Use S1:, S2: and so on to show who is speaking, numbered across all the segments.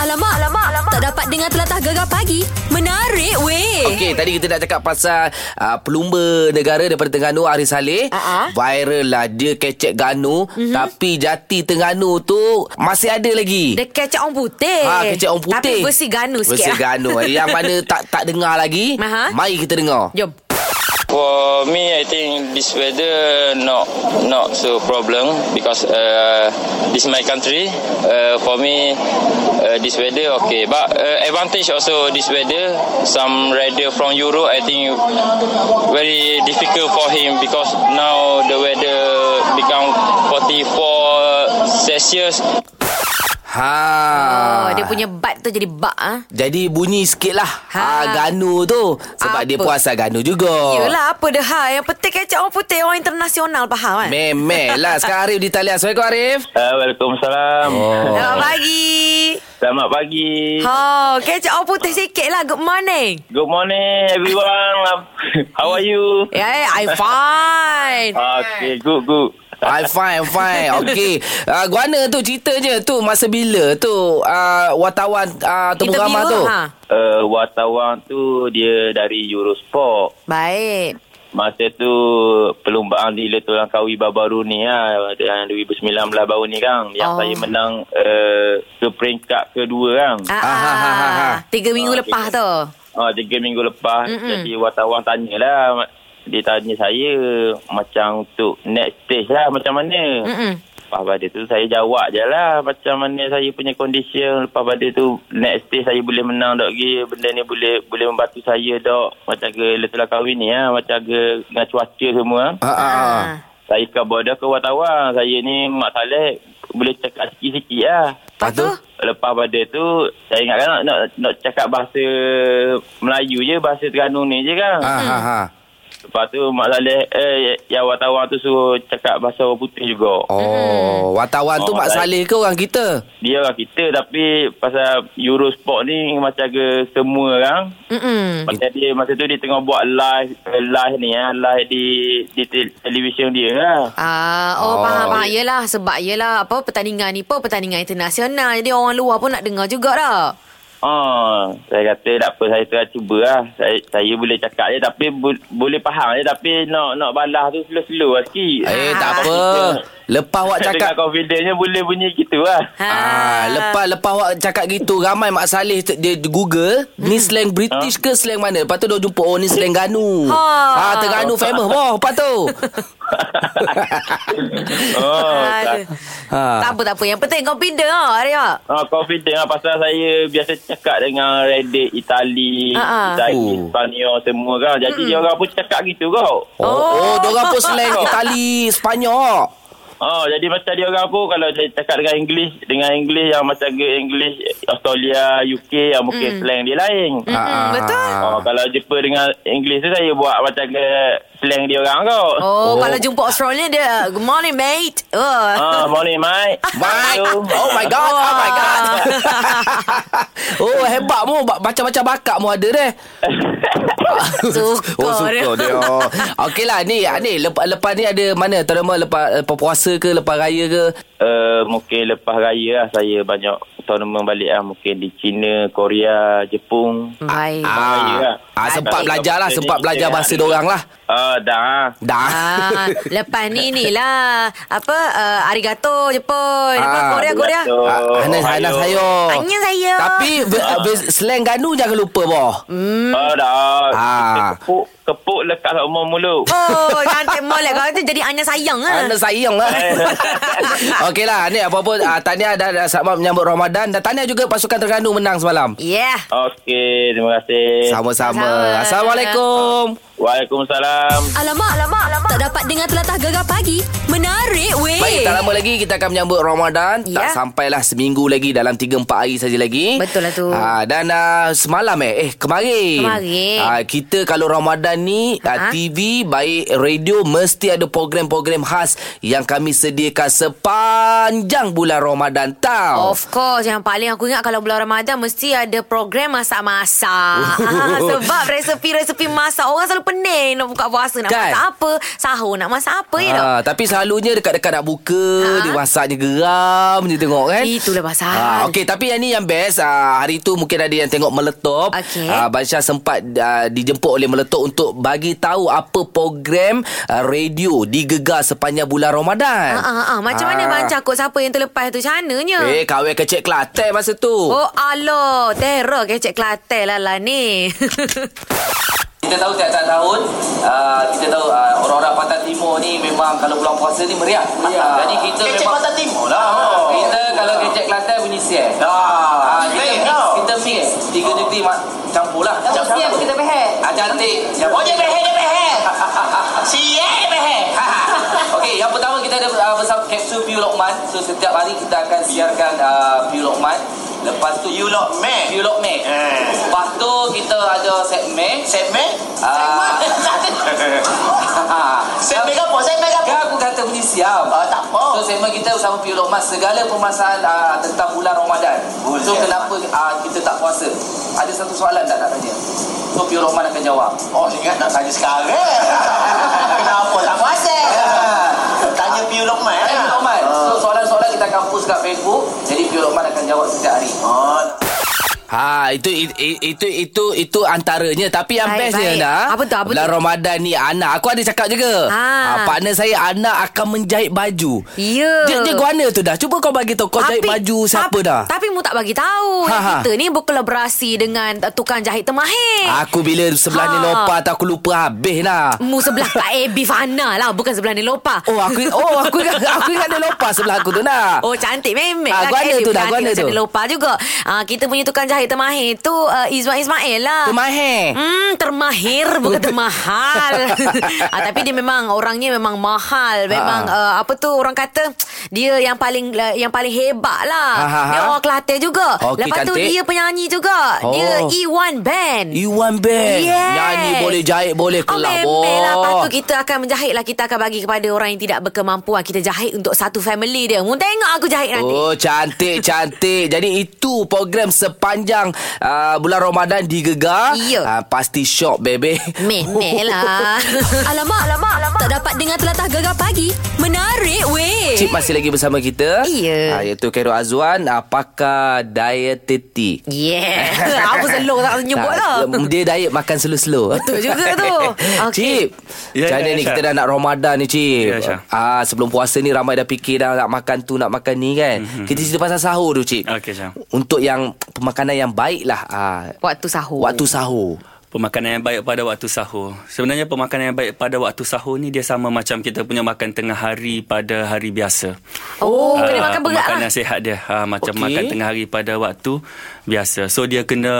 S1: alamak, alamak, alamak. Tak dapat dengar telatah gegar pagi. Menarik weh.
S2: Eh.
S3: Okey, tadi kita nak cakap pasal uh, pelumba negara daripada Terengganu Haris Saleh.
S2: Uh-huh.
S1: Ah, ah.
S3: Viral lah dia kecek Ganu,
S2: Mhm.
S3: mm-hmm. tapi jati Terengganu tu masih ada lagi.
S2: Dia kecek orang putih.
S3: Ah, kecek orang putih.
S2: Eh, Tapi versi ganu sikit.
S3: Versi
S2: lah.
S3: Ganu. Eh, Yang mana tak tak dengar lagi.
S2: Aha.
S3: Mari kita dengar.
S2: Jom.
S4: For me, I think this weather not not so problem because uh, this my country. Uh, for me, uh, this weather okay. But uh, advantage also this weather. Some rider from Europe, I think very difficult for him because now the weather become 44 Celsius.
S3: Ha.
S2: Oh, dia punya bat tu jadi bak ah.
S3: Jadi bunyi sikit lah ha.
S2: Ha.
S3: ha Ganu tu
S2: Apa?
S3: Sebab dia pun asal Ganu juga
S2: Yelah apa dah ha Yang penting kecek orang putih Orang internasional faham kan
S3: Memel lah Sekarang Arif di talian Assalamualaikum Arif
S5: Uh, Waalaikumsalam.
S3: Oh.
S2: Selamat pagi
S5: Selamat pagi.
S2: Ha Kecek orang putih sikit lah Good morning
S5: Good morning everyone. How are you?
S2: Eh yeah, I fine
S3: Ah,
S5: Okay, good, good.
S3: I'm fine, I'm fine Okay uh, Guana tu cerita je Tu masa bila tu uh, Wartawan uh, Temu Ramah tu
S2: ha.
S5: Uh, wartawan tu dia dari Eurosport.
S2: Baik
S5: Masa tu perlumbaan di Letulang Kawi baru ni lah. Dan 2019 baru ni kan. Yang
S2: Oh.
S5: saya menang uh, ke peringkat kedua kan.
S2: ah,
S3: Ah,
S2: ah,
S3: ah, ah, ah.
S2: Tiga minggu
S5: Ah,
S2: lepas
S5: tiga-
S2: tu
S5: Uh, tiga minggu
S2: Ah.
S5: lepas.
S2: Mm-mm.
S5: Mm-mm. Jadi wartawan tanyalah. Dia tanya saya macam untuk next stage lah macam mana.
S2: Mm-mm.
S5: Lepas pada tu saya jawab je lah macam mana saya punya condition. Lepas pada tu next day saya boleh menang dok gila. Benda ni boleh boleh membantu saya dok macam ke letulah kahwin ni ha. macam ke dengan cuaca semua. Ha.
S3: Ha, ha, ha.
S2: Ah.
S5: Saya kabar dah ke wartawan. Saya ni Mak Saleh boleh cakap sikit-sikit lah.
S2: Lepas tu
S5: Lepas pada tu saya ingatkan nak, nak, nak cakap bahasa Melayu je bahasa Terengganu ni je kan.
S3: Ha,
S2: Hmm.
S3: ha, ha.
S5: Lepas tu Mak Saleh eh, yang wartawan tu suruh cakap bahasa orang putih juga.
S2: Hmm.
S3: Oh, wartawan tu
S5: Oh,
S3: Mak
S5: baik.
S3: Saleh ke orang kita?
S5: dia orang kita tapi pasal Eurosport ni macam ke semua orang
S3: Mhm.
S2: Mm-mm.
S5: macam dia masa tu dia tengah buat live eh, live ni ah live di di te- televisyen dia lah.
S2: Ah, oh, oh
S3: Oh.
S2: faham faham Yelah sebab yelah apa pertandingan ni pun pertandingan internasional jadi orang luar pun nak dengar juga dah.
S5: Oh, saya kata tak apa saya try cuba lah. Saya, saya boleh cakap je tapi bu, boleh faham je tapi nak nak balas tu slow-slow lah sikit.
S2: Ah.
S3: Eh, tak apa. Lepas awak cakap
S5: Dengan confidentnya boleh bunyi gitu lah.
S2: Ha.
S3: Ah, lepas lepas awak cakap gitu ramai Mak Saleh tu- dia Google
S2: Hmm.
S3: ni slang British ke slang mana. Lepas tu dia jumpa oh ni slang Ganu.
S2: Ha.
S3: Ah, Terengganu famous boh lepas tu.
S5: oh, tak,
S2: Ah, Aduh. Tak
S3: ha.
S2: apa tak apa yang penting confident ah Arya.
S5: Ah, confident lah pasal saya biasa cakap dengan Reddit, Itali,
S2: Ah, ah.
S5: Itali,
S3: Oh.
S5: Spanyol semua kan. Jadi dia orang pun cakap gitu kau.
S3: Oh, oh,
S2: Oh.
S3: dia orang pun slang Itali, Sepanyol.
S5: Oh, jadi macam dia orang pun kalau dia cakap dengan English, dengan English yang macam ke English Australia, UK yang mungkin slang dia lain.
S3: Ah, ah,
S2: Hmm, betul.
S3: ah.
S5: Oh, kalau jumpa dengan English tu saya buat macam ke slang dia orang kau.
S2: Oh, oh, kalau jumpa Australia dia good morning mate. Oh.
S5: Ah, morning mate.
S3: Mike.
S5: Hello.
S3: Oh my god. Oh my god. oh hebat mu Ba- macam-macam bakat mu ada deh.
S2: Suka
S3: oh suka
S2: dia.
S3: dia. Okey lah ni ni lepas lepas ni ada mana terima lepas lepas puasa ke lepas raya ke?
S5: Uh, mungkin lepas raya lah saya banyak tournament balik lah. Mungkin di China, Korea, Jepung.
S2: Baik.
S5: Ah. raya lah.
S3: ah sempat
S5: Baik.
S3: belajar lah,
S5: Jadi
S3: sempat
S5: kita
S3: belajar
S5: nak-
S3: bahasa dorang lah.
S5: Ah, dah.
S3: Dah.
S2: Ah, lepas ni ni lah apa uh, arigato Jepun. Apa
S3: Ah,
S2: Korea Korea.
S5: Arigato.
S3: Ah, Hanas
S5: Ohio.
S3: Hanas saya.
S2: Hanya saya.
S3: Tapi ve- ve- slang Ganu jangan lupa boh.
S2: Hmm.
S5: Oh, dah.
S3: Ah.
S5: Kepuk, kepuk lekat kat umur mulut.
S2: Oh, cantik molek kau tu jadi hanya sayang ah.
S3: Anda sayang lah Okey lah Ni apa-apa ah, Tahniah dah, dah sama menyambut Ramadan Dan tahniah juga pasukan Terengganu menang semalam
S2: Yeah.
S5: Okey, terima
S2: Eh,
S5: kasih.
S3: Sama-sama
S2: Sama-sama.
S3: Assalamualaikum
S2: Eh.
S5: Waalaikumsalam.
S1: Alamak, alamak, alamak. Tak dapat dengar telatah gegar pagi. Menarik weh.
S3: Baik, tak lama lagi kita akan menyambut Ramadan.
S2: Ya.
S3: Tak sampailah seminggu lagi dalam 3 4 hari saja lagi.
S2: Betul lah tu.
S3: Ha, dan uh, semalam eh eh kemarin.
S2: Kemarin.
S3: Ha, kita kalau Ramadan ni ha?
S2: Ha?
S3: TV baik radio mesti ada program-program khas yang kami sediakan sepanjang bulan Ramadan tau.
S2: Of course Yang paling aku ingat Kalau bulan
S3: Oh.
S2: Ramadan Mesti ada program masak-masak Sebab resepi-resepi masak Orang selalu pening nak buka puasa nak
S3: Kan?
S2: masak apa, sahur nak masak apa ya tak?
S3: Ha, tapi selalunya dekat-dekat nak buka,
S2: Ha.
S3: dia masaknya geram je tengok kan.
S2: Itulah pasal.
S3: Ha, Okey, tapi yang ni yang best. Ha, hari tu mungkin ada yang tengok meletop.
S2: Okey.
S3: Ha, Bansyah sempat ha, dijemput oleh meletop untuk bagi tahu apa program ha, radio digegar sepanjang bulan Ramadan. Ah.
S2: Ha, ha, ha. Macam mana Abang cakut siapa yang terlepas tu? Macam mananya?
S3: Eh, kawin kecil Kelantan masa tu.
S2: Oh, alo. Terror kecek Kelantan lah lah ni.
S3: Kita tahu tiap-tiap tahun uh, Kita tahu uh, orang-orang Pantai Timur ni Memang kalau bulan puasa ni meriah
S6: Meriah.
S3: Jadi kita
S6: Kecek
S3: memang
S6: Pantai Timur lah.
S3: Ah, Kita kalau kecek Kelantan bunyi sias
S6: Dah.
S3: Ah, kita,
S6: Baik,
S3: mix,
S6: tau.
S3: kita mix Tiga negeri mak, campur lah
S6: Campur. Siap,
S3: kita beher ah, Cantik
S6: Oh, dia behel, dia behel. Si eh, dia behel.
S3: Okey, yang pertama kita ada uh, bersama kapsul Piu Lokman So setiap hari kita akan siarkan uh, Piu Lokman Lepas tu
S6: You lot man.
S3: Piu Lokman
S6: Eh.
S3: Lepas tu kita ada segmen
S6: Segmen?
S3: Ah.
S6: Segmen? Segmen
S3: Segmen
S6: apa? Segmen apa?
S3: Kan aku kata bunyi siam
S6: Ah, tak apa.
S3: So segmen kita bersama Piu Lokman Segala permasalahan uh, tentang bulan Ramadan
S6: Boleh.
S2: ya.
S3: So kenapa uh, kita tak puasa Ada satu soalan tak nak tanya So Piu Lokman akan jawab
S6: Oh, ingat nak tanya sekarang. Kenapa tak puasa? Ah. Tanya Piu Lokman.
S2: Ya.
S6: eh?
S3: Piu Lokman
S2: Ah.
S3: So soalan-soalan kita akan post kat Facebook Jadi Piu Lokman akan jawab setiap hari
S6: Oh,
S3: Ha itu i- i- itu itu itu antaranya tapi yang
S2: Baik,
S3: bestnya
S2: baik.
S3: dah.
S2: Apa tu, apa
S3: bulan
S2: tu?
S3: Ramadan ni anak aku ada cakap juga. Ah,
S2: Ha.
S3: partner saya anak akan menjahit baju.
S2: Ya.
S3: Dia dia guana tu dah. Cuba kau bagi tahu kau jahit baju siapa
S2: tapi,
S3: dah.
S2: Tapi mu tak bagi tahu.
S3: Ha, ha.
S2: Kita ni berkolaborasi dengan uh, tukang jahit termahir.
S3: Aku bila sebelah ni
S2: Eh. Ha.
S3: lompah tu aku lupa habis lah.
S2: Mu sebelah Kak AB Fana lah Bukan sebelah Nelopa
S3: Oh aku oh aku ingat aku ingat dia lompah sebelah aku tu lah. dah.
S2: Oh cantik memek
S3: Ah,
S2: lah
S3: guana
S2: Kak Abby
S3: tu dah,
S2: cantik
S3: guana
S2: macam
S3: tu.
S2: Nelopa juga ah, Kita punya tukang jahit termahir tu uh, Izwan Ismail lah
S3: Termahir.
S2: Hmm, termahir bukan termahal. ah, tapi dia memang orangnya memang mahal. Memang
S3: Ha.
S2: uh, apa tu orang kata dia yang paling uh, yang paling hebat lah.
S3: Ha, ha,
S2: Dia
S3: ha.
S2: orang Kelantan juga.
S3: Okey,
S2: Lepas tu
S3: cantik.
S2: dia penyanyi juga. Dia
S3: Oh.
S2: E1 band.
S3: Iwan Bang.
S2: Yes.
S3: Nyanyi boleh jahit boleh
S2: Oh,
S3: kelab.
S2: memel lah. Lepas tu
S3: Oh.
S2: kita akan menjahit lah. Kita akan bagi kepada orang yang tidak berkemampuan. Kita jahit untuk satu family dia. Mu tengok aku jahit nanti.
S3: Oh cantik cantik. Jadi itu program sepanjang uh, bulan Ramadan digegar.
S2: Ya.
S3: Ah, pasti syok bebe.
S2: Memel lah.
S1: Alamak, alamak, alamak. Tak dapat dengar telatah gegar pagi. Menarik weh.
S3: Cik masih lagi bersama kita.
S2: Ya.
S3: Ah, iaitu Khairul Azwan, ah, pakar dietetik.
S2: yeah. Apa selong tak nyebut lah.
S3: Tak, Dia diet makan slow-slow
S2: Betul juga tu.
S3: Cip
S2: Okey.
S3: yeah,
S7: Ya,
S3: Macam
S7: ya,
S3: mana
S7: ya,
S3: ni
S7: Syah.
S3: Kita dah nak Ramadan ni Cip
S7: Ya, Syah.
S3: ah, Sebelum puasa ni Ramai dah fikir dah Nak makan tu Nak makan ni kan Kita cerita pasal sahur tu Cip
S7: Mhm, Okey, Syah.
S3: Untuk yang Pemakanan yang baik lah ah,
S2: Waktu sahur.
S3: Waktu sahur
S7: Pemakanan yang baik pada waktu sahur. Sebenarnya pemakanan yang baik pada waktu sahur ni dia sama macam kita punya makan tengah hari pada hari biasa.
S2: Oh, kena
S7: Ah,
S2: makan berat
S7: Makanan
S2: lah.
S7: sihat dia. Ha, macam
S3: Okey.
S7: okay. makan tengah hari pada waktu biasa. So, dia kena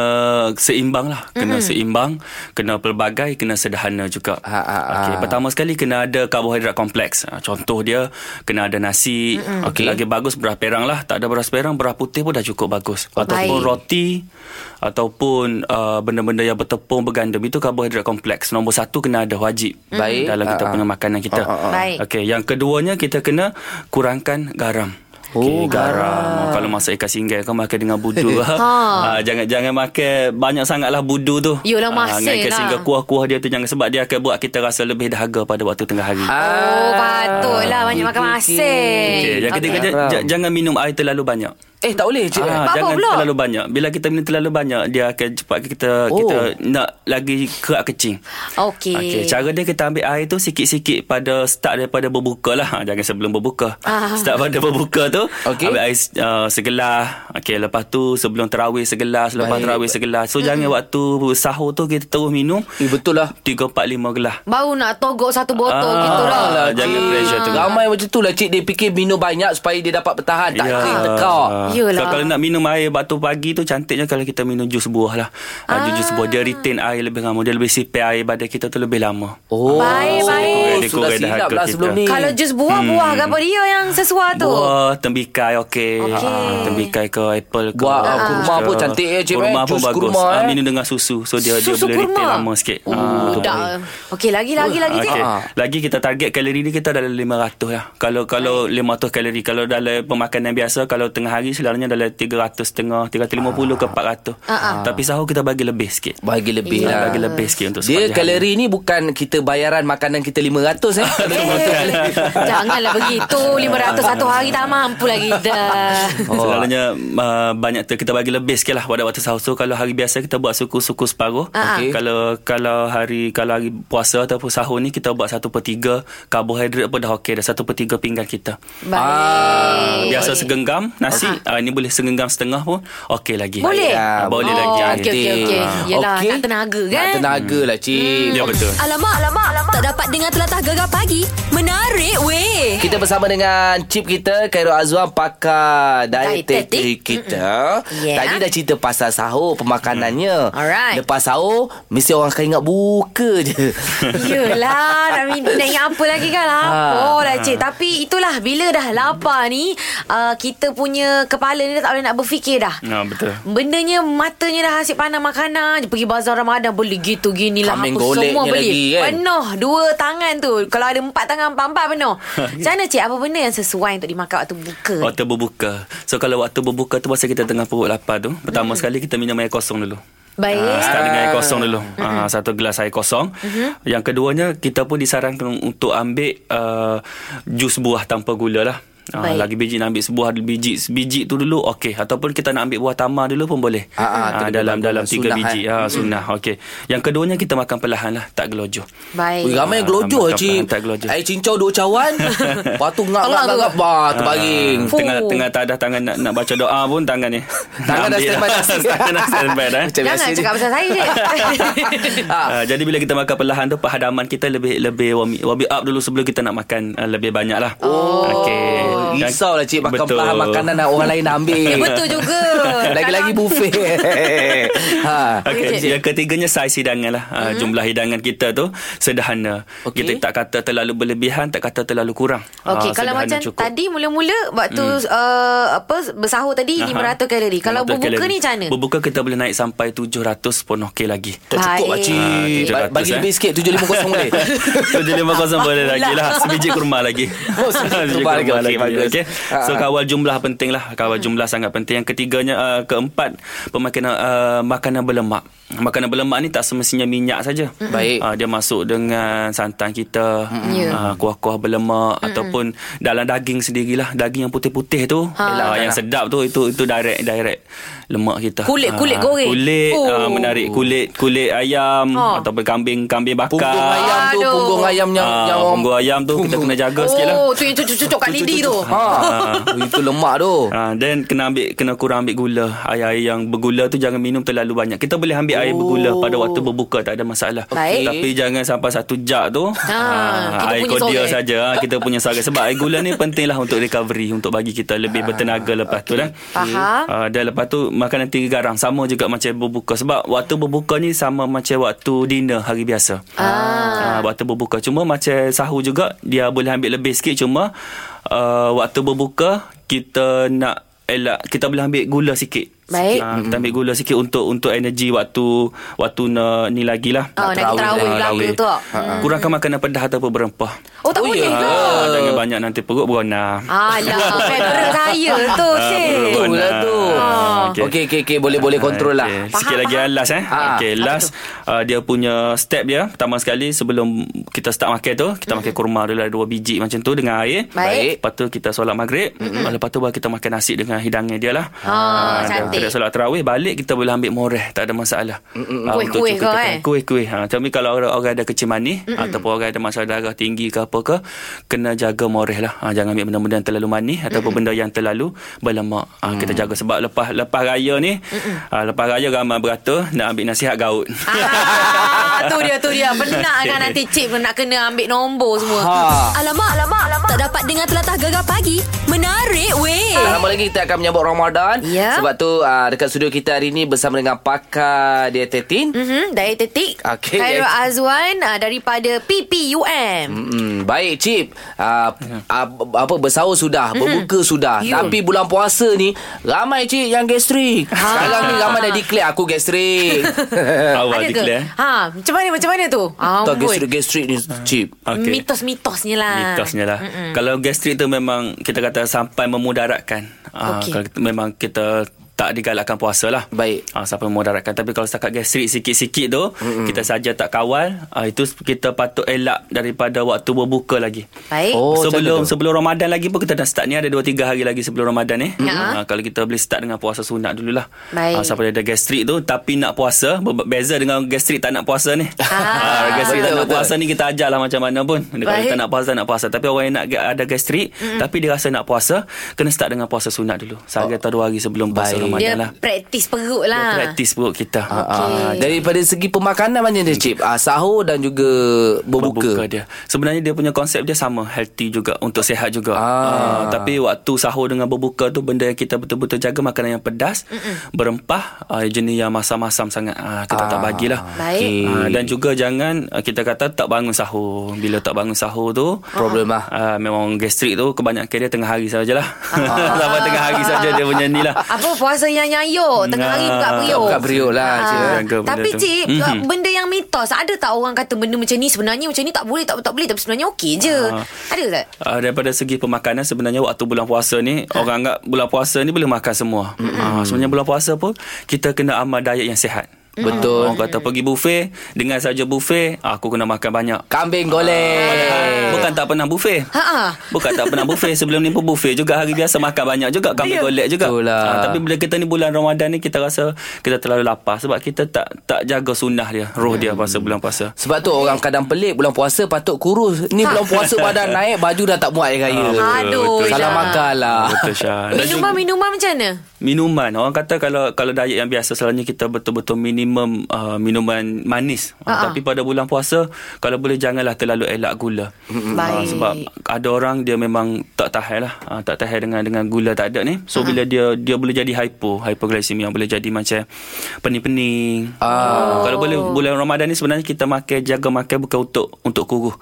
S7: seimbang lah. Kena mm-hmm. seimbang, kena pelbagai, kena sederhana juga.
S3: Ha,
S2: Ah,
S3: ha, ha.
S7: Okey, pertama sekali kena ada karbohidrat kompleks. Ha, contoh dia, kena ada nasi. Mm-hmm.
S3: Okey.
S7: Okey, lagi bagus beras perang lah. Tak ada beras perang, beras putih pun dah cukup bagus. Ataupun
S2: Oh, Baik.
S7: roti, ataupun uh, benda-benda yang bertepung bergandum. Itu karbohidrat kompleks. Nombor satu kena ada wajib.
S3: Baik.
S7: Dalam kita
S3: Ha, ha.
S7: punya makanan kita.
S3: Ha, ha,
S2: ha. Baik.
S7: Okey, yang keduanya kita kena kurangkan garam.
S3: Oh,
S7: Okey, garam. Kalau masak ikan singgah kau makan dengan budu. ha. jangan jangan makan banyak sangatlah budu tu.
S2: Yolah,
S7: Ah, dengan
S2: masin
S7: ikan
S2: lah.
S7: singgah kuah-kuah dia tu jangan sebab dia akan buat kita rasa lebih dahaga pada waktu tengah hari.
S3: Ah.
S2: Oh, patutlah banyak makan
S3: okey,
S2: masin.
S7: Okey, yang ketiga
S3: Okey.
S7: ja- ja- jangan minum air terlalu banyak.
S3: Eh tak boleh Cip
S7: Ah,
S2: Apa
S7: jangan
S2: pula?
S7: terlalu banyak. Bila kita minum terlalu banyak, dia akan cepat kita
S3: Oh.
S7: oh. kita nak lagi kerak kecing.
S2: Okey.
S7: Okey, cara dia kita ambil air tu sikit-sikit pada start daripada berbuka lah. Ha, Jangan sebelum berbuka.
S2: Ah.
S7: Start pada berbuka tu,
S3: Okey.
S7: okay. ambil air uh, segelas. Okey, lepas tu sebelum terawih segelas, lepas
S3: Baik.
S7: terawih segelas. So, jangan waktu sahur tu kita terus minum
S3: Eh betul lah
S7: 3, 4, 5 gelas.
S2: Baru nak togok satu botol
S7: Ah,
S2: gitu lah.
S7: alah, jangan pressure tu.
S3: Ramai macam tu lah Cik Dia fikir minum banyak Supaya dia dapat bertahan Tak
S7: Ya.
S3: yeah. tekak
S7: So
S2: Yelah.
S7: kalau nak minum air batu pagi tu cantiknya kalau kita minum jus buah lah. Ah. Jus buah dia retain air lebih lama. Dia lebih sipir air badan kita tu lebih lama.
S3: Oh
S2: Baik, baik.
S7: Dia
S3: Sudah
S7: kurang dahaga
S3: silap lah
S7: kita.
S3: sebelum ni
S2: Kalau jus buah-buah hmm. ke apa dia yang sesuai tu?
S7: Buah, tembikai okey.
S2: Okey.
S7: Ah, tembikai ke apple ke.
S3: Buah,
S7: apple
S3: kurma
S7: ke.
S3: pun cantik eh, cik,
S7: Kurma
S3: eh.
S7: pun
S3: Jus
S7: bagus.
S3: kurma,
S7: Ah,
S3: eh.
S7: minum dengan susu. So dia
S2: Susu
S7: dia boleh retain
S2: kurma?
S7: lama sikit. Ah.
S2: Oh,
S7: tu
S2: dah.
S7: baik.
S2: Okey, lagi lagi lagi
S7: Okey.
S2: okay.
S3: Ah.
S7: Lagi kita target ya. kalori dia kita dalam 500 lah. Kalau kalau 500 kalori. Kalau dalam pemakanan biasa kalau tengah hari 500 selalunya dalam 300 setengah 350 ke 400
S2: Ah,
S7: tapi sahur kita bagi lebih sikit
S3: Bagi lebih
S7: Kita
S3: lah
S7: bagi lebih sikit untuk
S3: Dia
S7: sepanjang hari.
S3: kalori ni bukan kita bayaran makanan kita 500 eh.
S2: Janganlah begitu 500 satu hari tak mampu lagi dah
S7: Oh. Selalunya uh, banyak tu kita bagi lebih sikit lah pada waktu sahur. So kalau hari biasa kita buat suku-suku separuh.
S2: Ah, ah.
S3: Okey.
S7: Kalau kalau hari kalau hari puasa ataupun sahur ni kita buat 1 per 3 karbohidrat pun dah okey dah 1 per 3 pinggan kita.
S2: Oh, Baik
S7: Ah, Biasa segenggam nasi. Ah. ni boleh segenggam setengah pun okey lagi.
S2: Boleh?
S7: Ah, boleh
S2: Oh,
S7: lagi.
S2: okey, okey, okey. Yelah, nak tenaga,
S3: lah, Nak
S2: kan?
S3: tenaga lah cik.
S7: Ya betul.
S1: Alamak, alamak, alamak. Tak dapat dengar telatah gegar pagi. Menarik weh.
S3: Kita bersama dengan chip kita Khairul Azwan pakar dietetik
S2: Dietetik.
S3: kita.
S2: Yeah.
S3: Tadi dah cerita pasal sahur pemakanannya.
S2: Mm. Alright.
S3: Lepas sahur mesti orang akan ingat buka je.
S2: Yelah Nak min- nak ingat apa lagi kan
S7: Ah.
S2: Lapar lah cik Tapi itulah Bila dah lapar ni uh, Kita punya Kepala ni dah tak boleh nak berfikir dah
S7: Ya betul.
S2: Bendanya Matanya dah asyik pandang makanan je Pergi bazar Ramadan Beli gitu gini lah
S3: Kambing
S2: Apa
S3: goleknya
S2: semua beli
S3: lagi, kan?
S2: Penuh Dua tangan tu Kalau ada empat tangan Empat-empat penuh Macam mana cik Apa benda yang sesuai Untuk dimakan waktu buka
S7: Waktu berbuka. So kalau waktu berbuka tu masa kita tengah perut lapar tu,
S2: Hmm.
S7: pertama sekali kita minum air kosong dulu. Ah,
S2: Baik Mm-hmm.
S7: start dengan air kosong dulu. Ah, satu gelas air kosong. Yang keduanya kita pun disarankan untuk ambil uh, jus buah tanpa gula lah. Ah,
S2: Baik.
S7: lagi biji nak ambil sebuah biji biji tu dulu okey ataupun kita nak ambil buah tamar dulu pun boleh.
S3: Ah, ah, tu
S7: Ah,
S3: lebih
S7: dalam
S3: bagus.
S7: dalam tiga
S3: Sunnah,
S7: biji
S3: eh.
S7: ah sunnah okey. Yang keduanya kita makan perlahan lah tak gelojoh.
S2: Baik
S3: Ui, ramai yang
S7: Ah,
S3: gelojoh
S7: makan
S3: cik.
S7: pantai gelojoh.
S3: Air cincau dua cawan. Lepas tu ngap ngap
S2: Tengah tu.
S3: ngap bah terbaring.
S7: Ah, tengah tengah tak ada tangan nak, nak baca doa pun tangan ni. lah.
S3: Tangan dah standby nasi.
S7: Tangan dah standby dah. eh.
S3: Macam biasa
S2: Jangan
S3: ni.
S2: cakap pasal saya cik
S7: Ah. Uh, jadi bila kita makan perlahan tu Perhadaman kita lebih Lebih warm, warm up dulu Sebelum kita nak makan uh, Lebih banyak lah Oh okay.
S3: Risau lah cik makan perlahan makanan yang orang lain nak ambil.
S2: Betul juga
S3: Lagi-lagi
S2: Kalau-
S3: buffet. ha.
S7: Okay.
S2: Okey, cik.
S7: Yang ketiganya saiz hidangan lah uh, Jumlah hidangan kita tu Sederhana
S3: Okey.
S7: Kita tak kata terlalu berlebihan Tak kata terlalu kurang
S2: Okey,
S7: Ah,
S2: kalau
S7: sederhana
S2: macam
S7: cukup.
S2: cukup. tadi mula-mula waktu hmm. uh, apa bersahur tadi
S7: Aha.
S2: 500 kalori. Kalau
S7: 500
S2: berbuka
S7: kalori.
S2: ni macam mana?
S7: Berbuka kita boleh naik sampai 700 pun okey lagi
S3: Tak cukup lah
S2: Baik.
S3: cik.
S7: Ah, tujuh ratus,
S3: Bagi
S7: eh.
S3: lebih sikit 750 boleh.
S7: 750 boleh lagi lah Sebiji kurma lagi
S3: Oh, sebiji kurma lagi. Okey, bagus.
S7: okay. So
S3: Ha, ha.
S7: kawal jumlah penting lah Kawal jumlah sangat penting Yang ketiganya uh, Keempat Pemakinan uh, Makanan berlemak Makanan berlemak ni Tak semestinya minyak saja
S3: Baik.
S7: uh, Dia masuk dengan Santan kita
S2: Ya.
S7: uh, Kuah-kuah berlemak Ataupun Dalam daging sendirilah Daging yang putih-putih tu
S3: Yelah,
S7: uh, Yang
S3: tak
S7: sedap tu Itu itu direct direct Lemak kita
S2: Kulit-kulit
S7: Ah,
S2: goreng.
S7: Kulit uh,
S2: Oh.
S7: Menarik kulit Kulit ayam
S2: Ha.
S7: Ataupun kambing Kambing bakar
S3: Punggung ayam tu,
S2: Aduh.
S3: punggung ayam yang,
S7: Ah,
S3: yang
S7: punggung ayam tu kita kena jaga
S2: oh,
S7: sikit lah.
S2: tu yang cucuk-cucuk kat lidi tu.
S3: Ha. Itu lemak tu.
S7: Ah, then kena ambil kena kurang ambil gula. Air-air yang bergula tu jangan minum terlalu banyak. Kita boleh ambil air bergula pada waktu berbuka tak ada masalah.
S2: Baik.
S7: Tapi jangan sampai satu jak tu.
S2: kita
S7: ah, air
S2: punya
S7: kodia
S2: sorang.
S7: saja ah, kita punya sangat sebab air gula ni pentinglah untuk recovery untuk bagi kita lebih bertenaga lepas tu kan.
S2: Faham.
S7: Ah, dan lepas tu makanan tinggi garam sama juga macam berbuka sebab waktu berbuka ni sama macam waktu dinner hari biasa. Ah. waktu berbuka cuma macam sahur juga dia boleh ambil lebih sikit cuma uh, waktu berbuka kita nak elak kita boleh ambil gula sikit.
S2: Baik.
S7: Ah, kita ambil gula sikit untuk untuk energi waktu waktu na, ni lagi lah.
S2: Oh, nak
S7: terawih.
S2: terawih
S7: Ah,
S2: belaka
S7: terawih.
S2: tu.
S7: Hmm. Kurangkan makanan pedas ataupun berempah.
S2: Oh, Ah. tak
S3: Oh,
S2: boleh
S3: ya.
S2: ke?
S7: Ah, jangan banyak nanti perut beronah.
S2: Alah, kamera saya tu,
S7: Ah,
S2: Cik.
S7: betul.
S3: Tu lah tu.
S7: Ah, okey.
S3: Okey, okey, okey. Boleh, boleh kontrol lah.
S7: Okay.
S2: Faham,
S7: Sikit lagi
S2: faham.
S7: yang last eh.
S3: Ha.
S7: Okey, last uh, dia punya step dia pertama sekali sebelum kita start makan tu, kita makan kurma dulu ada dua biji macam tu dengan air.
S2: Mhm. Baik. Mhm.
S7: Lepas tu kita solat maghrib, mm-hmm. lepas tu baru kita makan nasi dengan hidangan dia lah. Ha,
S2: Ah, cantik.
S7: Kita solat tarawih balik kita boleh ambil moreh, tak ada masalah. Mm-hmm.
S2: Kuih-kuih ke, eh?
S7: Kuih-kuih. Ha, tapi kalau orang, orang ada kecil manis mm-hmm. ataupun orang ada masalah darah tinggi ke apa ke, kena jaga moreh lah. Ha, jangan ambil benda-benda yang terlalu manis ataupun benda yang terlalu berlemak. Ha, Kita
S2: Mm.
S7: jaga sebab lepas lepas raya ni, ha, lepas raya ramai berata nak ambil nasihat gaut.
S2: Ah, tu dia, tu dia. Penat kan nanti cik pun nak kena ambil nombor semua.
S3: Ha.
S1: Alamak, alamak, alamak. Tak dapat dengar telatah gegar pagi. Menarik weh.
S3: Lama lagi kita akan menyambut Ramadan
S2: Ya.
S3: Sebab tu uh, dekat studio kita hari ini bersama dengan pakar dietetin.
S2: Mm-hmm, dietetik
S3: Okey,
S2: Khairul
S3: diet-
S2: Azwan uh, daripada PPUM.
S3: Hmm, baik Cip. Uh,
S7: Ya.
S3: uh, apa bersaur sudah, berbuka sudah.
S2: You. Ha.
S3: Tapi bulan puasa ni ramai Cip yang gastrik. Sekarang ni ramai dah declare aku gastrik.
S2: Ah,
S7: Awal
S2: Ada ke?
S7: declare.
S2: Ha, macam mana macam mana tu?
S3: tak
S2: Amboi.
S3: gastrik-gastrik ni
S7: Ha.
S3: Cip.
S7: Okey.
S2: Mitos-mitosnya lah.
S7: Mitosnya lah Kalau gastrik tu memang Kita kata sampai memudaratkan Ah,
S2: Okey.
S7: Kalau kita, memang kita tak digalakkan puasa lah
S3: Baik.
S7: ha, Sampai memudaratkan Tapi kalau setakat gastrik sikit-sikit tu mm Kita saja tak kawal ha, Itu kita patut elak Daripada waktu berbuka lagi
S2: Baik.
S3: Oh,
S7: Oh,
S3: macam
S7: sebelum
S3: mana tu?
S7: sebelum Ramadan lagi pun kita dah start ni ada 2 3 hari lagi sebelum Ramadan ni.
S2: Ya.
S7: Ha, kalau kita boleh start dengan puasa sunat dululah.
S2: Baik.
S7: Ha, sampai ada gastrik tu tapi nak puasa ber- beza dengan gastrik tak nak puasa ni.
S2: Ah.
S7: ha, gastrik tak
S3: Betul,
S7: nak
S3: betul.
S7: puasa ni kita ajar lah macam mana pun. Dia Kalau
S2: Baik.
S7: kita nak puasa tak nak puasa tapi orang yang nak ga- ada gastrik mm tapi dia rasa nak puasa kena start dengan puasa sunat dulu. Sehari atau 2 hari sebelum puasa
S3: Oh. Baik.
S7: Ramadan
S2: Dia
S7: lah.
S2: praktis perut lah.
S7: Praktis perut kita.
S3: Ah, ah. daripada segi pemakanan macam dia Cip. Ah, sahur dan juga berbuka.
S7: berbuka dia. Sebenarnya dia punya konsep dia sama, healthy juga untuk sihat juga.
S3: Ah.
S7: Ah. tapi waktu sahur dengan berbuka tu benda yang kita betul-betul jaga makanan yang pedas, Mm-mm. berempah, uh, jenis yang masam-masam sangat uh, kita ah. tak bagilah.
S2: Baik.
S7: Ah, dan juga jangan ah, kita kata tak bangun sahur. Bila tak bangun sahur tu
S3: Problem lah.
S7: ah, memang gastrik tu kebanyakan dia tengah hari sajalah. Sampai tengah hari saja dia punya ni lah.
S2: Apa puasa yang nyayuk Tengah hari buka
S7: Nah.
S2: periuk Ah.
S3: Buka periuk lah, cik.
S7: Jaga benda
S2: Tapi
S7: tu.
S2: cik uh,
S7: Mhm.
S2: Benda yang mitos Ada tak orang kata Benda macam ni sebenarnya Macam ni tak boleh Tak, tak boleh Tapi sebenarnya okey je
S7: Ah.
S2: Ada tak?
S7: Uh, daripada segi pemakanan sebenarnya waktu bulan puasa ni orang anggap bulan puasa ni boleh makan semua. Mm-hmm. Uh, sebenarnya bulan puasa pun kita kena amal diet yang sihat.
S3: Betul.
S7: Orang kata pergi buffet, dengar saja buffet, ah, aku kena makan banyak.
S3: Kambing
S2: Ah.
S3: golek.
S7: Bukan tak pernah buffet.
S2: Ha-ha.
S7: Bukan tak pernah buffet Sebelum ni pun buffet juga Hari biasa makan banyak juga Kami golek juga Ah,
S3: Betul lah.
S7: Tapi bila kita ni bulan Ramadan ni Kita rasa Kita terlalu lapar Sebab kita tak tak jaga sunnah dia Roh dia
S3: Hmm.
S7: puasa bulan puasa
S3: Sebab tu orang kadang pelik bulan puasa patut kurus. Ni
S2: Ha.
S3: bulan puasa badan naik baju dah tak muat raya.
S2: Ah, Aduh,
S3: Salah
S2: Syah.
S3: makan lah.
S7: Betul Syah Dan juga-
S2: Minuman-minuman macam mana?
S7: Minuman Orang kata kalau kalau diet yang biasa Selalunya kita betul-betul minimum uh, Minuman manis
S2: Ah,
S7: uh,
S2: ah.
S7: Tapi pada bulan puasa Kalau boleh janganlah terlalu elak gula Ah,
S2: Baik.
S7: Sebab ada orang dia memang tak tahan lah uh, Tak tahan dengan dengan gula tak ada ni
S2: Ah,
S7: So uh-huh. bila dia dia boleh jadi hypo Hypoglycemia Boleh jadi macam pening-pening uh, Kalau boleh
S2: Oh.
S7: bulan Ramadan ni sebenarnya kita makan Jaga makan bukan untuk untuk kuruh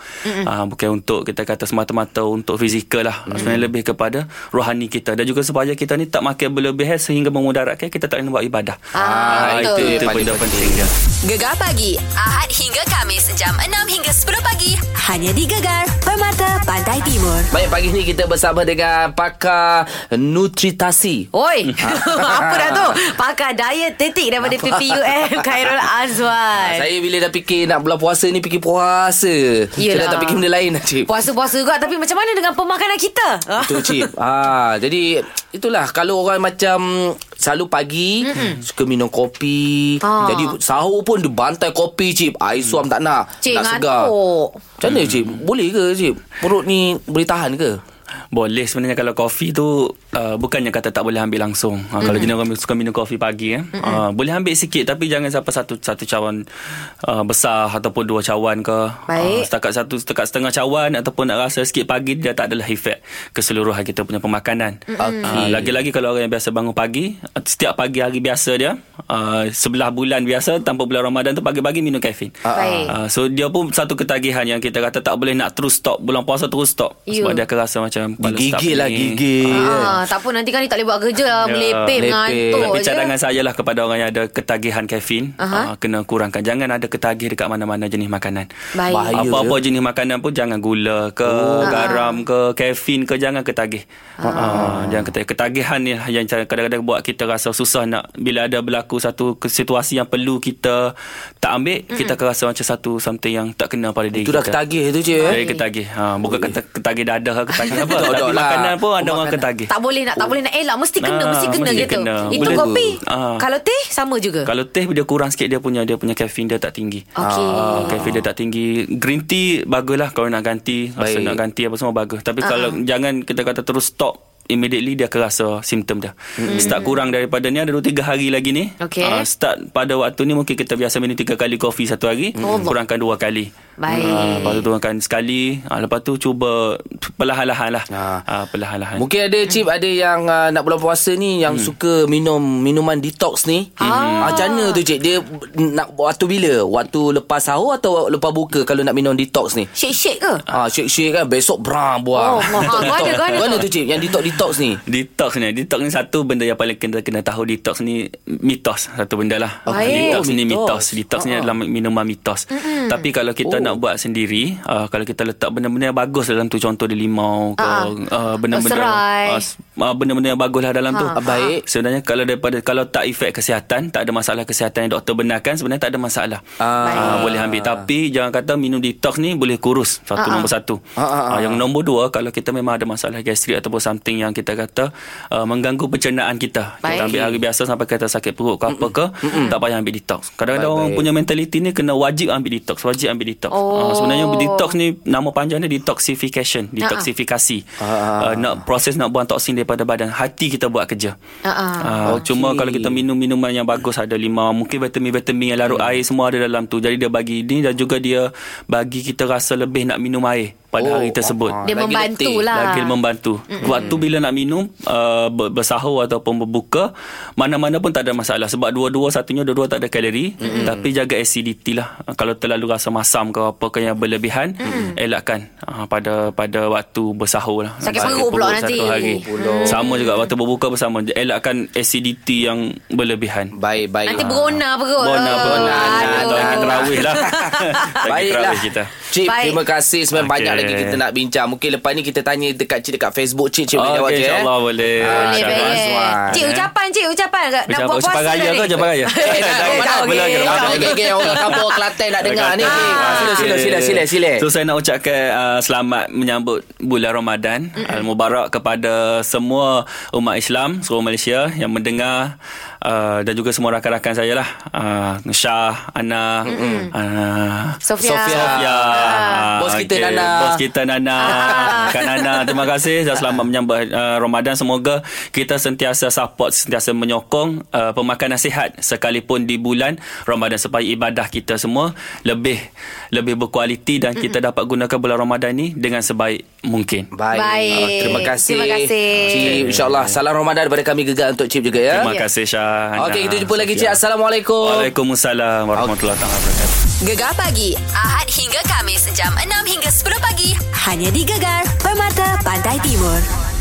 S7: uh, Bukan untuk kita kata semata-mata Untuk fizikal lah Sebenarnya lebih kepada rohani kita Dan juga supaya kita ni tak makan berlebihan Sehingga memudaratkan kita tak kena buat ibadah
S2: Ah,
S7: Ah,
S2: betul.
S7: Itu, itu
S3: Paling
S7: benda
S3: penting.
S7: penting ya. dia
S1: Gegar pagi Ahad hingga Kamis Jam 6 hingga 10 pagi Hanya di Gegar Permata Pantai Timur
S3: Baik, pagi ni kita bersama dengan pakar nutritasi.
S2: Oi Apa dah tu Pakar dietetik Daripada PPUM Khairul Azwan
S3: Ah, Saya bila dah fikir nak bulan puasa ni fikir puasa. Saya dah
S2: Yelah.
S3: tak fikir benda lain lah, dah, Cip.
S2: Puasa-puasa juga Tapi macam mana dengan pemakanan kita? Ah.
S3: Tu Cip. ha, jadi itulah kalau orang macam selalu pagi mm suka minum kopi.
S2: Ah.
S3: Jadi sahur pun dia bantai kopi Cip. Air suam tak nak.
S2: Cik
S3: tak segar.
S2: ngantuk
S3: Macam mana Cip? Boleh ke Cip? Perut ni boleh tahan ke?
S7: Boleh sebenarnya kalau kopi tu uh, bukannya kata tak boleh ambil langsung. Uh, Kalau jenis orang suka minum kopi pagi eh. Uh, boleh ambil sikit tapi jangan sampai satu satu cawan uh, besar ataupun dua cawan ke.
S2: Baik.
S7: Uh, setakat satu setakat setengah cawan ataupun nak rasa sikit pagi dia tak adalah efek keseluruhan kita punya pemakanan.
S3: Okey.
S7: Uh, lagi-lagi kalau orang yang biasa bangun pagi, uh, setiap pagi hari biasa dia uh, sebelah bulan biasa tanpa bulan Ramadan tu pagi-pagi minum kaifin.
S2: Baik
S7: Uh, so dia pun satu ketagihan yang kita kata tak boleh nak terus stop bulan puasa terus stop
S2: You.
S7: sebab dia akan rasa macam kepala
S3: Gigil
S7: start
S3: lah,
S7: pening.
S3: gigil.
S2: Ah, tak apa nanti kan dia tak boleh buat kerja lah
S7: Ya,
S2: Melepeh
S3: melepeh.
S2: mengantuk
S7: Tapi
S2: je.
S7: cadangan saya lah kepada orang yang ada ketagihan kaifin
S2: Aha.
S7: uh, kena kurangkan jangan ada ketagih dekat mana-mana jenis makanan.
S2: Baik.
S3: Bahaya
S7: Apa-apa jenis makanan pun jangan gula ke oh. garam ke kaifin ke jangan ketagih. Ah. jangan ketagih. Ketagihan ni lah yang kadang-kadang buat kita rasa susah nak bila ada berlaku satu ke- situasi yang perlu kita tak ambil mm kita akan rasa macam satu something yang tak kena pada diri
S3: Itu dah
S7: kita.
S3: ketagih tu Cip.
S7: Dari ketagih. Ha, bukan kata ketagih dadah ke ketagih apa.
S3: Tak, tak
S7: Tapi
S3: lah.
S7: makanan pun ada orang
S3: Makanan.
S7: ketagih.
S2: Tak boleh nak Tak boleh nak elak Mesti kena
S7: Ah,
S2: Mesti kena
S7: mesti
S2: gitu
S7: kena.
S2: Itu
S7: Boleh.
S2: kopi
S7: Ah.
S2: Kalau teh sama juga
S7: Kalau teh dia kurang sikit dia punya dia punya caffeine dia tak tinggi.
S2: Okey.
S7: Ah, caffeine dia tak tinggi. Green tea baguslah kalau nak ganti,
S3: Baik.
S7: rasa nak ganti apa semua bagus. Tapi kalau jangan kita kata terus stop immediately dia akan rasa simptom dia. Mm. Start kurang daripada ni ada 2 3 hari lagi ni.
S2: Okey.
S7: Ah, start pada waktu ni mungkin kita biasa minum 3 kali kopi satu hari, mm. kurangkan 2 kali.
S2: Baik.
S7: Ah, lepas tu kurangkan sekali, ah, lepas tu cuba perlahan-lahan lah.
S3: Ah.
S7: Ah, perlahan-lahan.
S3: Mungkin ada cip ada yang uh, nak bulan puasa ni yang hmm. suka minum minuman detox ni. Ah. Macam mana tu cik? Dia nak waktu bila? Waktu lepas sahur atau lepas buka kalau nak minum detox ni?
S2: Shake-shake ke?
S3: Ah, shake-shake kan besok berang buang.
S2: Oh, ha, ha, gua ada, gua ada.
S3: Mana tu cip yang detox-detox ni?
S7: Detox ni Detox ni satu benda yang paling kena kena tahu Detox ni mitos Satu benda lah
S2: Oh,
S3: Okey.
S7: Detox ni
S3: Mitos.
S7: mitos Detox ni adalah minuman mitos Tapi kalau kita
S3: Oh.
S7: nak buat sendiri uh, Kalau kita letak benda-benda yang bagus dalam tu Contoh dia limau ke,
S2: Ah.
S7: uh, Benda-benda
S2: Serai. Ha,
S7: uh, s- uh, Benda-benda yang bagus lah dalam tu
S3: Ah, baik.
S7: Sebenarnya kalau daripada Kalau tak efek kesihatan Tak ada masalah kesihatan yang doktor benarkan Sebenarnya tak ada masalah
S3: Ah.
S7: Ah, Boleh ambil Tapi jangan kata minum detox ni Boleh kurus Satu nombor satu
S3: Ah, ah,
S7: Ah, Yang nombor dua Kalau kita memang ada masalah gastrik Ataupun something yang kita kata uh, Mengganggu pencernaan kita Kita
S2: Baik.
S7: ambil hari biasa Sampai kita sakit perut ke apa ke Tak payah ambil detox Kadang-kadang
S3: Baik,
S7: orang
S3: baik.
S7: punya mentality ni Kena wajib ambil detox Wajib ambil detox
S2: Oh.
S7: Ah, Sebenarnya detox ni Nama panjang dia detoxification Detoxifikasi
S3: Ah,
S7: uh, Nak proses nak buang toksin daripada badan Hati kita buat kerja
S2: Ah, ah.
S7: Ah,
S3: Okey.
S7: Cuma kalau kita minum minuman yang bagus ada limau, mungkin vitamin-vitamin yang larut air semua ada dalam tu. Jadi dia bagi ini dan juga dia bagi kita rasa lebih nak minum air pada
S3: Oh,
S7: hari tersebut.
S3: ah, ah.
S2: Dia
S3: Lagi
S2: membantu
S3: letih.
S2: lah.
S7: Lagi membantu. Waktu bila nak minum uh, ber- bersahur ataupun berbuka, mana-mana pun tak ada masalah sebab dua-dua satunya dua-dua tak ada kalori, tapi jaga acidity lah. Ah, Kalau terlalu rasa masam ke apa ke yang berlebihan, elakkan ah, pada pada waktu bersahur lah.
S2: Sakit perut pula nanti.
S7: Satu hari.
S3: Pula.
S7: Sama juga waktu berbuka bersama. Elakkan acidity yang berlebihan.
S3: Baik, baik.
S7: Ah.
S2: Nanti berona perut.
S7: Bona
S2: Oh,
S7: bona.
S2: aduh.
S7: Tak kita terawih lah. Tak pergi
S3: Baiklah
S7: terawih kita.
S3: Cik
S2: Baik.
S3: Baik. terima kasih Sebenarnya
S7: Okey.
S3: okay. banyak lagi kita nak bincang Mungkin lepas ni kita tanya Dekat Cik dekat Facebook Cik Cik boleh
S7: Oh, Okey,
S3: jawab je eh?
S7: insyaAllah boleh.
S3: Ah,
S2: Boleh,
S3: Syahwan
S2: boleh.
S3: Azwan.
S2: Cik, ucapan, cik, ucapan. Nak
S7: Ucapan-
S2: buat puasa
S7: ucapan raya
S2: dah
S7: ke
S2: ni.
S7: ucapan ya? raya?
S2: Eh,
S3: Eh,
S2: tak
S3: tak,
S2: tahu,
S3: mana
S2: tak
S3: boleh.
S2: tahu.
S7: tak
S3: Okey, okey, okey. Orang kampung Kelantan nak dengar ni. Ah, Sila, sila, sila, sila, sila.
S7: So saya nak ucapkan uh, selamat menyambut bulan Ramadan Al-Mubarak kepada semua umat Islam seluruh Malaysia yang mendengar uh, dan juga semua rakan-rakan saya lah. Uh, Syah, Ana, uh,
S2: Sofia.
S3: Sofia.
S7: Ya.
S3: Ah. Bos kita,
S7: okey.
S3: Nana. Ah.
S7: Bos kita Nana. Kak Nana, terima kasih dan selamat menyambut uh, Ramadan. Semoga kita sentiasa support, sentiasa menyokong uh, pemakanan sihat sekalipun di bulan Ramadan supaya ibadah kita semua lebih lebih berkualiti dan kita dapat gunakan bulan Ramadan ni dengan sebaik mungkin.
S3: Baik.
S2: Baik.
S3: Ah, Terima kasih.
S2: Terima kasih.
S3: Cik, insyaAllah. Salam Ramadan daripada kami gegar untuk Cik juga ya.
S7: Terima kasih Syah.
S3: Okey, kita jumpa lagi Cik.
S7: Sofia.
S3: Assalamualaikum.
S7: Waalaikumsalam warahmatullahi taala wabarakatuh.
S1: Gegar pagi Ahad hingga Kamis jam 6 hingga 10 pagi hanya di Gegar Permata Pantai Timur.